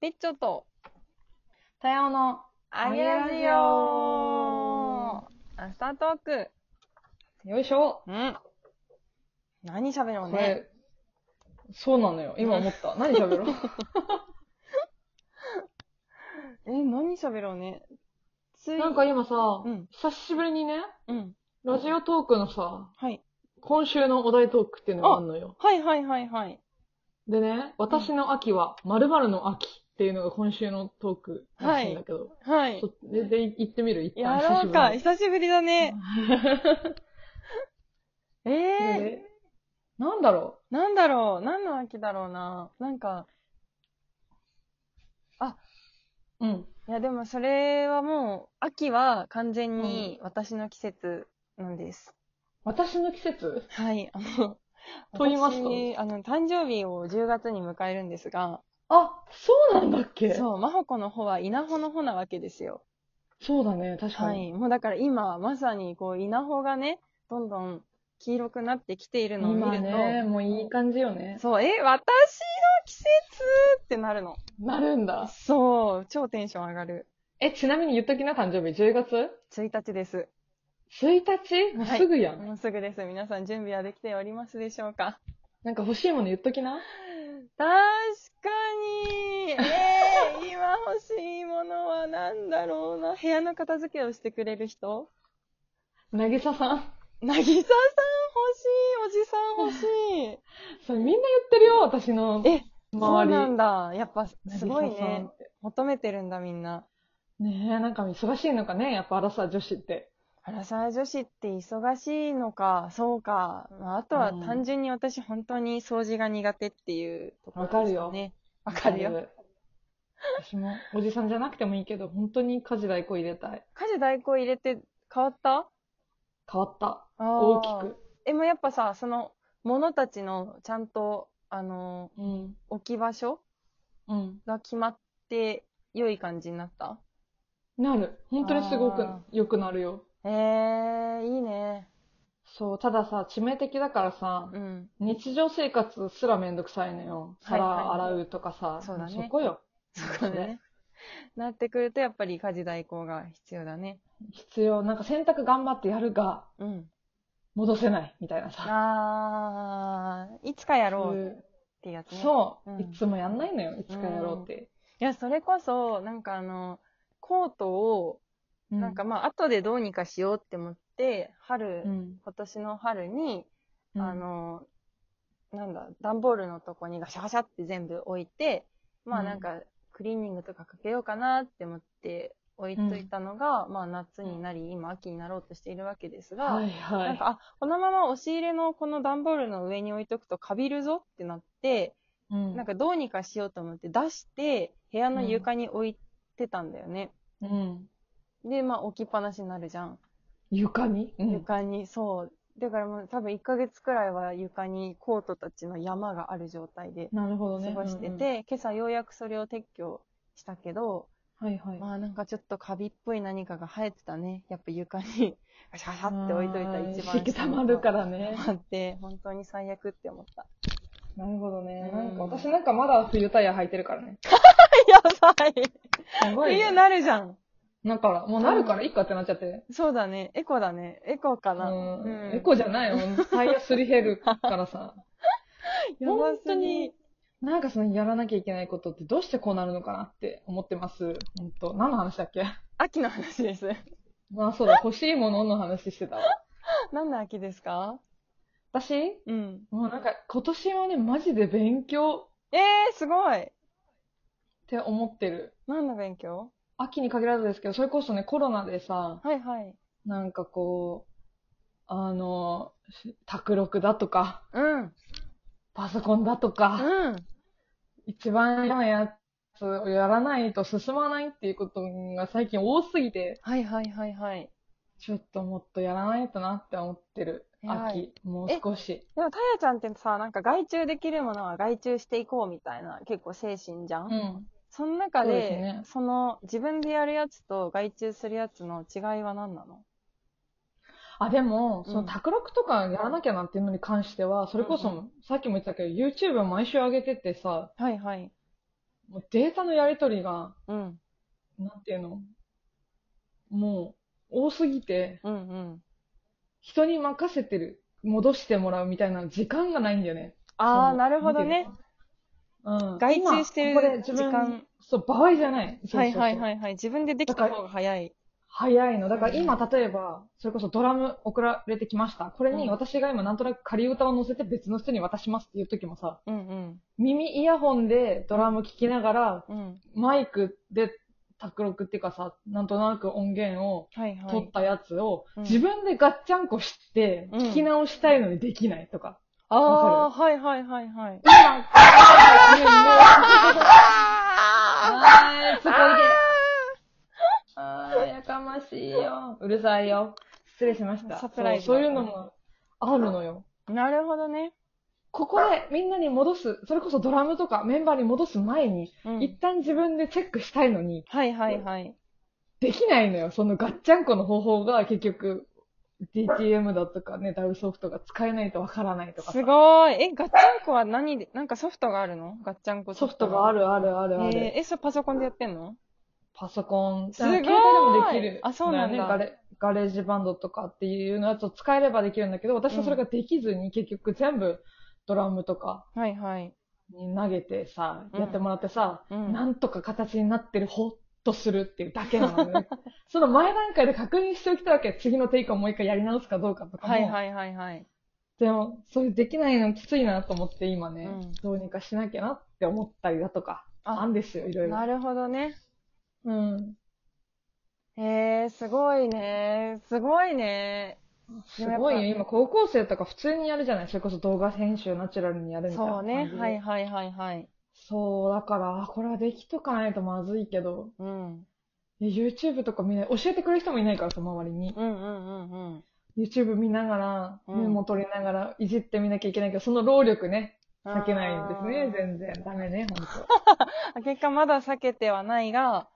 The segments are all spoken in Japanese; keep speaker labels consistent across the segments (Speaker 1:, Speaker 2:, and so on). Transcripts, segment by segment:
Speaker 1: ピッチョと、
Speaker 2: さようの、
Speaker 1: あ
Speaker 2: げラジオ
Speaker 1: アフタートーク。
Speaker 2: よいしょ
Speaker 1: うん。何喋ろう
Speaker 2: こ
Speaker 1: ね。
Speaker 2: れ、そうなのよ。今思 った。何喋ろう
Speaker 1: え、何喋ろうね。つい
Speaker 2: なんか、今さ、
Speaker 1: うん、
Speaker 2: 久しぶりにね、
Speaker 1: うん。
Speaker 2: ラジオトークのさ、
Speaker 1: はい。
Speaker 2: 今週のお題トークっていうのがあるのよ。
Speaker 1: はいはいはいはい。
Speaker 2: でね、私の秋は、〇〇の秋っていうのが今週のトークらしいんだけど、
Speaker 1: はい
Speaker 2: ちょ。っとで、で、行ってみる一
Speaker 1: や
Speaker 2: 旦
Speaker 1: ろうか。
Speaker 2: 久し
Speaker 1: 久しぶりだね。え
Speaker 2: ぶりに
Speaker 1: ー、
Speaker 2: でなんだろ
Speaker 1: なんだろう。何の秋だろうな。なんか、
Speaker 2: ううん。
Speaker 1: いやでもそれはもう、秋は完全に私の季節なんです。
Speaker 2: 私の季節
Speaker 1: はい。あの、
Speaker 2: と言いますと
Speaker 1: 私あの、誕生日を10月に迎えるんですが、
Speaker 2: あ、そうなんだっけそう。
Speaker 1: そう、真帆子の方は稲穂の穂なわけですよ。
Speaker 2: だね、確か
Speaker 1: は
Speaker 2: に。
Speaker 1: い。もうだから今、まさにこう、稲穂がね、どんどん黄色くなってきているのを見
Speaker 2: 今
Speaker 1: ると、
Speaker 2: ね、もういい感じよね。
Speaker 1: そう、え、私の季節ってなるの。
Speaker 2: なるんだ。
Speaker 1: そう、超テンション上がる。
Speaker 2: え、ちなみに言っときな誕生日、10月
Speaker 1: 1日です。
Speaker 2: 1日もうすぐやん、
Speaker 1: もうすぐです。皆さん準備はできておりますでしょうか
Speaker 2: なんか欲しいもの言っときな。
Speaker 1: 確かに、え ー、今欲しいものは何だろうな。部屋の片付けをしてくれる人
Speaker 2: なぎささん。
Speaker 1: なぎささん欲しい、おじさん欲しい。
Speaker 2: それみんな言ってるよ、私の周り
Speaker 1: え。そうなんだ。やっぱ、す
Speaker 2: 渚さん
Speaker 1: ごいね。。求めてるんだ、みんな。
Speaker 2: ねえ、なんか忙しいのかね、やっぱアラサー女子って。
Speaker 1: アラサー女子って忙しいのか、そうか。まあ、あとは
Speaker 2: うん
Speaker 1: 単純に私、本当に掃除が苦手っていうところ
Speaker 2: わかるよ
Speaker 1: ね。わかるよ。。
Speaker 2: 私も、おじさんじゃなくてもいいけど、本当に家事代行入れたい。
Speaker 1: 家事代行入れて変わった
Speaker 2: 変わった。
Speaker 1: あー
Speaker 2: 大きく。
Speaker 1: え、もうやっぱさ、その、物たちの、ちゃんと、あの、
Speaker 2: うん。
Speaker 1: 置き場所
Speaker 2: うん。
Speaker 1: が決まって、良い感じになった
Speaker 2: なる。本当にすごく
Speaker 1: あ
Speaker 2: 良くなるよ。
Speaker 1: えー、いいね。
Speaker 2: そう、たださ、致命的だからさ、
Speaker 1: うん。
Speaker 2: 日常生活すらめんどくさいのよ。
Speaker 1: はいはい
Speaker 2: 皿洗うとかさ、
Speaker 1: そうだね
Speaker 2: そこよ。
Speaker 1: そうだね。なってくると、やっぱり家事代行が必要だね。
Speaker 2: 必要。なんか洗濯頑張ってやるが、
Speaker 1: うん。
Speaker 2: 戻せない、みたいなさ。
Speaker 1: あー、いつかやろ
Speaker 2: そう
Speaker 1: う
Speaker 2: い
Speaker 1: っ
Speaker 2: う
Speaker 1: てやつね。う。
Speaker 2: そう、
Speaker 1: ん
Speaker 2: いつもやんないのよ、いつかやろうって。
Speaker 1: いや、それこそ、なんかあの、コートを、
Speaker 2: う
Speaker 1: なんか、まあ、後でどうにかしようって思って、春、
Speaker 2: うん。
Speaker 1: 今年の春に、
Speaker 2: うん
Speaker 1: あ、の、なんだ、段ボールのとこにガシャガシャって全部置いて、まあ
Speaker 2: うん
Speaker 1: なんか、クリーニングとかかけようかなって思って置いといたのが、まあ夏になり、今秋になろうとしているわけですが、
Speaker 2: はい
Speaker 1: な
Speaker 2: は
Speaker 1: ん
Speaker 2: い。
Speaker 1: か、あ、このまま押し入れのこの段ボールの上に置いとくとかびるぞってなって、
Speaker 2: うん
Speaker 1: なんかどうにかしようと思って出して、部屋の床に置いてたんだよね。
Speaker 2: うん。
Speaker 1: で、まあ置きっぱなしになるじゃん。
Speaker 2: 床にうん。
Speaker 1: 床に、そう。だからもう多分1ヶ月くらいは床にコートたちの山がある状態で
Speaker 2: なるほ
Speaker 1: 過
Speaker 2: どね。
Speaker 1: ごしてて、
Speaker 2: うんうん
Speaker 1: 今朝ようやくそれを撤去したけど、
Speaker 2: はいはい。
Speaker 1: まあなんかちょっとカビっぽい何かが生えてたね。やっぱ床にガシャガシャって置いといた一番。
Speaker 2: 湿気溜まるからら ね。
Speaker 1: あって、本当に最悪って思った。
Speaker 2: なるほどね。
Speaker 1: う
Speaker 2: なんんか私なんかまだ冬タイヤ履いてるからね。
Speaker 1: やばい
Speaker 2: すごいね。
Speaker 1: 冬なるじゃん。
Speaker 2: だから、もうなるからいいかってなっちゃって。
Speaker 1: そうだね。エコだね。エコかな。
Speaker 2: うん
Speaker 1: う。ん
Speaker 2: エコじゃない よ。タイヤすり減るからさ。
Speaker 1: やばすぎ
Speaker 2: 本当に。 なんかそのやらなきゃいけないことってどうしてこうなるのかなって思ってます。本当何の話だっけ
Speaker 1: 秋の話です。
Speaker 2: まあそうだ、欲しいものの話してたわ。
Speaker 1: 何の秋ですか
Speaker 2: 私
Speaker 1: うん。
Speaker 2: もうなんか今年はね、マジで勉強
Speaker 1: えー、すごい。
Speaker 2: って思ってる。
Speaker 1: 何の勉強
Speaker 2: 秋に限らずですけど、それこそね、コロナでさ、
Speaker 1: はいはい。
Speaker 2: なんかこう、あの、卓録だとか、
Speaker 1: うん。うん。
Speaker 2: パソコンだとか、一番嫌なやつをやらないと進まないっていうことが最近多すぎて、
Speaker 1: はいはいはいはい。
Speaker 2: ちょっともっとやらないとなって思ってる。
Speaker 1: 偉
Speaker 2: 秋
Speaker 1: い、
Speaker 2: もう少し。
Speaker 1: でも、たやちゃんってさ、なんか外注できるものは外注していこうみたいな、結構精神じゃん、
Speaker 2: うん。
Speaker 1: その中で
Speaker 2: そうですね
Speaker 1: その、自分でやるやつと外注するやつの違いは何なの
Speaker 2: あ、でも、その
Speaker 1: うん
Speaker 2: 卓録とかやらなきゃなっていうのに関しては、それこ
Speaker 1: う
Speaker 2: そ、さっきも言ったけど、YouTube を毎週上げててさ、
Speaker 1: はいはい。
Speaker 2: もうデータのやり取りが、
Speaker 1: うん。
Speaker 2: なんていうのもう、多すぎて、
Speaker 1: うんうん。
Speaker 2: 人に任せてる、戻してもらうみたいな時間がないんだよね。
Speaker 1: あ
Speaker 2: そ
Speaker 1: あ、
Speaker 2: の
Speaker 1: なるほどね。。
Speaker 2: なんていうのう
Speaker 1: 外
Speaker 2: ん。
Speaker 1: 注して
Speaker 2: 今ここで
Speaker 1: る
Speaker 2: 自
Speaker 1: 時
Speaker 2: 分
Speaker 1: 間。
Speaker 2: そう、場合じゃない。そうそうそう
Speaker 1: はいはいはいはい。自分でできた方が早い。
Speaker 2: 早いの。だから今、例えば、それこそドラム送られてきました。これ
Speaker 1: う
Speaker 2: に
Speaker 1: ん
Speaker 2: 私が今なんとなく仮歌を乗せて別の人に渡しますっていう時もさ、
Speaker 1: うん
Speaker 2: 耳イヤホンでドラム聴きながら、
Speaker 1: うん。うん。
Speaker 2: マイクで卓録っていうかさ、なんとなく音源を
Speaker 1: はいは
Speaker 2: 取っ
Speaker 1: い。
Speaker 2: たやつを、
Speaker 1: うん
Speaker 2: 自分でガッチャンコして、
Speaker 1: うん
Speaker 2: 聞き直したいのにできないとか。
Speaker 1: ああ
Speaker 2: わ
Speaker 1: ー、はいはいはいはい。
Speaker 2: 今、
Speaker 1: あ
Speaker 2: はい、そこ
Speaker 1: あ
Speaker 2: で。あー、やかましいよ。うるさいよ。失礼しました。
Speaker 1: サプライズ
Speaker 2: そ
Speaker 1: だ
Speaker 2: うそういうのもあるのよ。
Speaker 1: ーなるほどね。
Speaker 2: ここでみんなに戻す、それこそドラムとかメンバーに戻す前に、
Speaker 1: うん
Speaker 2: 一旦自分でチェックしたいのに、
Speaker 1: はいはいはい。
Speaker 2: できないのよ。そのガッチャンコの方法が結局、DTM だとかね、ダウソフトが使えないとわからないとかさ。
Speaker 1: すごい。え、ガッチャンコは何で、なんかソフトがあるのガッチャンコ
Speaker 2: ソフトがあ
Speaker 1: る
Speaker 2: るあるあるある。
Speaker 1: えー、えそれパソコンでやってんの
Speaker 2: パソコン、
Speaker 1: すごい
Speaker 2: 携帯でもできる。
Speaker 1: あそうなんだ
Speaker 2: ねガレガレージバンドとかっていうのやつを使えればできるんだけど、私はそれができずに結局全部ドラムとか
Speaker 1: はいはい。
Speaker 2: に投げてさ、
Speaker 1: うん
Speaker 2: やってもらってさ、
Speaker 1: うん
Speaker 2: なんとか形になってる、ほっとするっていうだけな のね。その前段階で確認しておきたいわけ。次のテイクをもう一回やり直すかどうかとかも。
Speaker 1: はいはいはいはい。
Speaker 2: でも、そういうできないのきついなと思って今ね、
Speaker 1: うん
Speaker 2: どうにかしなきゃなって思ったりだとか、あ
Speaker 1: あ
Speaker 2: ん、ですよ、いろいろ。
Speaker 1: なるほどね。
Speaker 2: うん。
Speaker 1: へえー、すごいね。すごいね。
Speaker 2: すごいよ、今高校生とか普通にやるじゃないそれこそ動画編集ナチュラルにやるみたいな
Speaker 1: そう
Speaker 2: 感じで。
Speaker 1: ね。はいはいはいはい。
Speaker 2: そう、だから、あこれはできとかないとまずいけど、
Speaker 1: うん。
Speaker 2: いや YouTube とか見ない、教えてくれる人もいないからさ、周りに。
Speaker 1: うんうんうんうん。
Speaker 2: YouTube 見ながら、
Speaker 1: うん
Speaker 2: メモ取りながら、いじってみなきゃいけないけど、その労力ね、避けないんですね、
Speaker 1: あー
Speaker 2: 全然。ダメね、ほんと。
Speaker 1: あ結果まだ避けてはないが、
Speaker 2: うん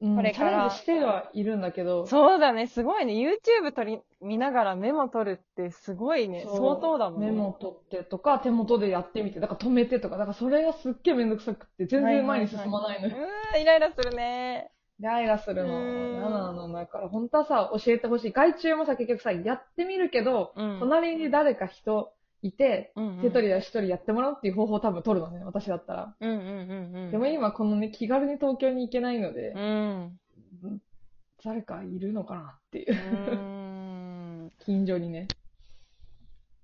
Speaker 1: これ
Speaker 2: チ
Speaker 1: から
Speaker 2: ャレンジしてはいるんだけど、
Speaker 1: そうだね、すごいね。YouTube 撮り、見ながらメモ取るってすごいね。
Speaker 2: そう
Speaker 1: 相当だもんね。
Speaker 2: メモ取ってとか、手元でやってみて、だから止めてとか、だからそれがすっげえめんどくさくって、全然前に進まないのよ。
Speaker 1: うーん、イライラするね。
Speaker 2: イライラするの。
Speaker 1: うーん
Speaker 2: 嫌なの。だから、本当はさ、教えてほしい。外注もさ、結局さ、やってみるけど、
Speaker 1: うん
Speaker 2: 隣に誰か人いて、
Speaker 1: うんうん
Speaker 2: 手取り足取りやってもらうっていう方法を多分取るのね、私だったら。
Speaker 1: うんうんうんうん。
Speaker 2: でも今、このね、気軽に東京に行けないので
Speaker 1: う、ん。う
Speaker 2: 誰かいるのかなっていう。
Speaker 1: ーん。
Speaker 2: 近所にね。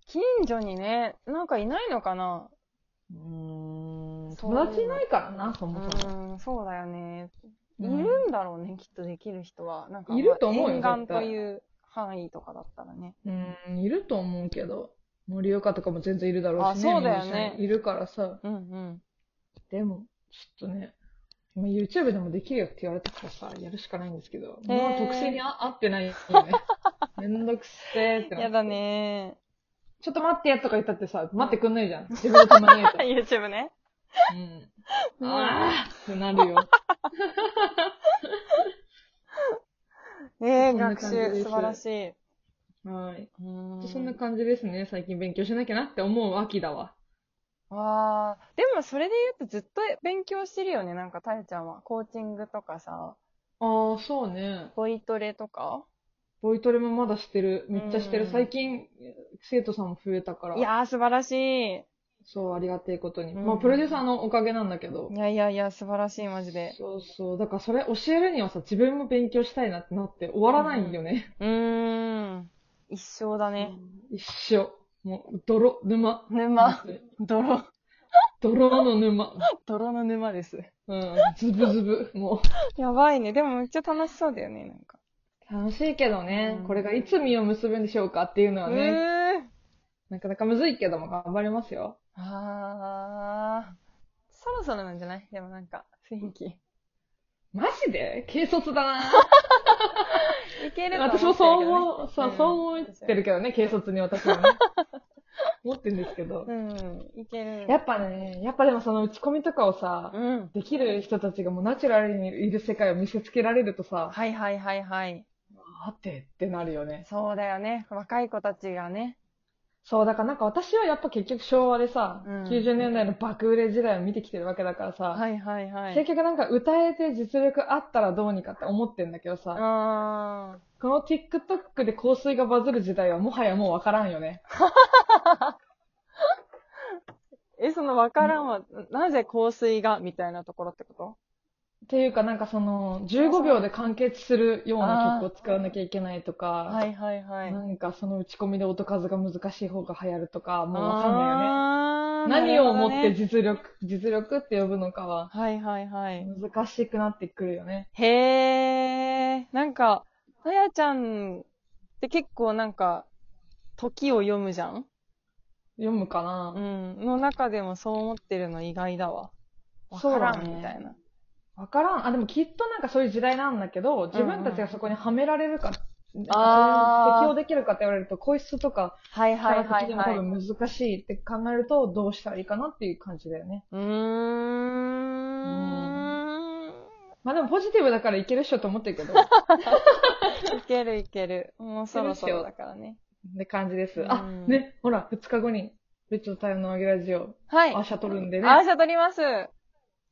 Speaker 1: 近所にね、なんかいないのかな
Speaker 2: うーん。
Speaker 1: そういうの
Speaker 2: 友達いないからな、そうもそも。
Speaker 1: ーん、そうだよね。い
Speaker 2: うん
Speaker 1: るんだろうね、きっとできる人は。なんか、
Speaker 2: いると思うよ
Speaker 1: 沿岸
Speaker 2: 絶
Speaker 1: と
Speaker 2: 対
Speaker 1: いう範囲とかだったらね。
Speaker 2: うん、いると思うけど。森岡とかも全然いるだろうしね。
Speaker 1: あそうだよね
Speaker 2: ミュージシャンいるからさ。
Speaker 1: うんうん。
Speaker 2: でも、ちょっとね、今 YouTube でもできるよって言われたからさ、やるしかないんですけど、
Speaker 1: へ
Speaker 2: も
Speaker 1: ー
Speaker 2: う特性にあ合ってないよ ね。めんどくせえってなって
Speaker 1: やだ。ね
Speaker 2: ちょっと待ってやとか言ったってさ、待ってくんないじゃん。自分で止まらない と。
Speaker 1: ー。YouTube ね。
Speaker 2: うん。あーってなるよ。
Speaker 1: ええ
Speaker 2: そんな
Speaker 1: 学
Speaker 2: 感じです
Speaker 1: 習、素晴らしい。う
Speaker 2: はい。
Speaker 1: ーん
Speaker 2: そんな感じですね。最近勉強しなきゃなって思う秋だわ。
Speaker 1: ああ、でもそれで言うとずっと勉強してるよね、なんか、たゆちゃんは。コーチングとかさ、
Speaker 2: ああ、そうね。
Speaker 1: ボイトレとか。
Speaker 2: ボイトレもまだしてる。めっちゃしてる。
Speaker 1: うん
Speaker 2: 最近、生徒さんも増えたから。
Speaker 1: いやー、素晴らしい。
Speaker 2: そう、ありがてえことに。
Speaker 1: うん
Speaker 2: まあ、プロデューサーのおかげなんだけど。
Speaker 1: いやいやいや、素晴らしい、マジで。
Speaker 2: そうそう。だからそれ教えるにはさ、自分も勉強したいなってなって終わらないんよね。
Speaker 1: うーん。一生だね。
Speaker 2: 一生。もう、泥、沼。
Speaker 1: 沼。 泥。
Speaker 2: 泥の沼。
Speaker 1: 泥の沼です。
Speaker 2: うん。ズブズブ。も
Speaker 1: やばいね。でもめっちゃ楽しそうだよね、なんか。
Speaker 2: う。楽しいけどね
Speaker 1: う。ん
Speaker 2: これがいつ実を結ぶんでしょうかっていうのはね、
Speaker 1: うー
Speaker 2: なかなかむずいけども頑張りますよ。
Speaker 1: あー。そろそろなんじゃないでもなんか、雰囲気。い
Speaker 2: マジで軽率だな
Speaker 1: けると思ってるけどね
Speaker 2: 私もそう思う、さ
Speaker 1: うん、
Speaker 2: そう思ってるけどね、軽率に私 はね。思ってるんですけど
Speaker 1: う。ん、いける。
Speaker 2: やっぱね、やっぱでもその打ち込みとかをさ、
Speaker 1: うん。
Speaker 2: できる人たちがもうナチュラルにいる世界を見せつけられるとさ、
Speaker 1: はいはいはいはい。
Speaker 2: はてってなるよね。
Speaker 1: そうだよね。若い子たちがね。
Speaker 2: そう、だからなんか私はやっぱ結局昭和でさ、
Speaker 1: うん
Speaker 2: 90年代の爆売れ時代を見てきてるわけだからさ、
Speaker 1: はいはいは
Speaker 2: 結
Speaker 1: い。
Speaker 2: 局なんか歌えて実力あったらどうにかって思ってんだけどさ、
Speaker 1: あ
Speaker 2: この TikTok で香水がバズる時代はもはやもうわからんよね。
Speaker 1: ーえ、そのわからんは、なぜ香水がみたいなところってこと
Speaker 2: っていうかなんかその15秒で完結するような曲を使わなきゃいけないとか、
Speaker 1: はいはいはい。
Speaker 2: なんかその打ち込みで音数が難しい方が流行るとか、もうわかんないよね。
Speaker 1: あーな
Speaker 2: 何
Speaker 1: る
Speaker 2: を
Speaker 1: ほど
Speaker 2: も
Speaker 1: ね
Speaker 2: って実力、実力って呼ぶのかは
Speaker 1: はいはいはい。
Speaker 2: 難しくなってくるよね。
Speaker 1: へえ、なんか、あやちゃんって結構なんか、時を読むじゃん
Speaker 2: 読むかな、
Speaker 1: うん。の中でもそう思ってるの意外だわ。わ
Speaker 2: そ
Speaker 1: か
Speaker 2: うだ
Speaker 1: ら
Speaker 2: ね
Speaker 1: んみたいな。
Speaker 2: わからん。あ、でもきっとなんかそういう時代なんだけど、自分たちがそこにはめられるか、
Speaker 1: あー
Speaker 2: それに適用できるかって言われると、個室とか、
Speaker 1: はい
Speaker 2: 科学的にも多分難しいって考えると、どうしたらいいかなっていう感じだよね。
Speaker 1: うーん。
Speaker 2: まあでもポジティブだからいけるっしょと思って るけど、
Speaker 1: いけるいける。もうそろそろだからね。
Speaker 2: って感じです
Speaker 1: う。ん
Speaker 2: あ、ね、ほら、2日後に、ベッドタイムのあげラジオ、
Speaker 1: はい。
Speaker 2: アーシャ撮るんでね。
Speaker 1: アーシャ取ります。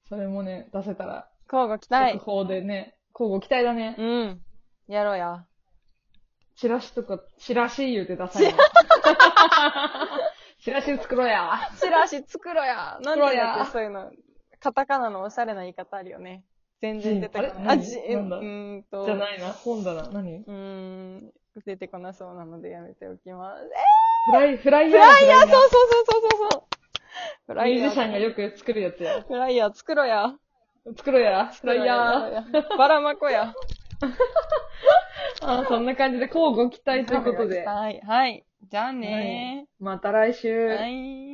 Speaker 2: それもね、出せたら、
Speaker 1: 交互期
Speaker 2: 速
Speaker 1: 待。
Speaker 2: 報でね、交互期待だね。
Speaker 1: うん。やろうや。
Speaker 2: チラシとか、チラシ言うてダサいな。チラシ作ろうや。
Speaker 1: チラシ作ろや。なん
Speaker 2: 作ろ
Speaker 1: で
Speaker 2: や
Speaker 1: だっけそういうの。カタカナのおしゃれな言い方あるよね。全然出てこな
Speaker 2: ジ
Speaker 1: い。ジ
Speaker 2: ンあれ何なんだ
Speaker 1: うーんと。
Speaker 2: じゃないな、本だな。何
Speaker 1: うーん。出てこなそうなのでやめておきます。
Speaker 2: フライ、フライヤー。フライヤ
Speaker 1: え、そうそうそうそうそうそう。フライ
Speaker 2: ミュ
Speaker 1: ヤ
Speaker 2: ージシャン
Speaker 1: ー。
Speaker 2: がよく作るやつや。
Speaker 1: フライヤー作ろや。
Speaker 2: 作ろうや。フライヤー。
Speaker 1: ー。ばらまこや。
Speaker 2: あそんな感じで、交互期待ということで。
Speaker 1: はい。はい。じゃあね
Speaker 2: また来週。
Speaker 1: ー。はい。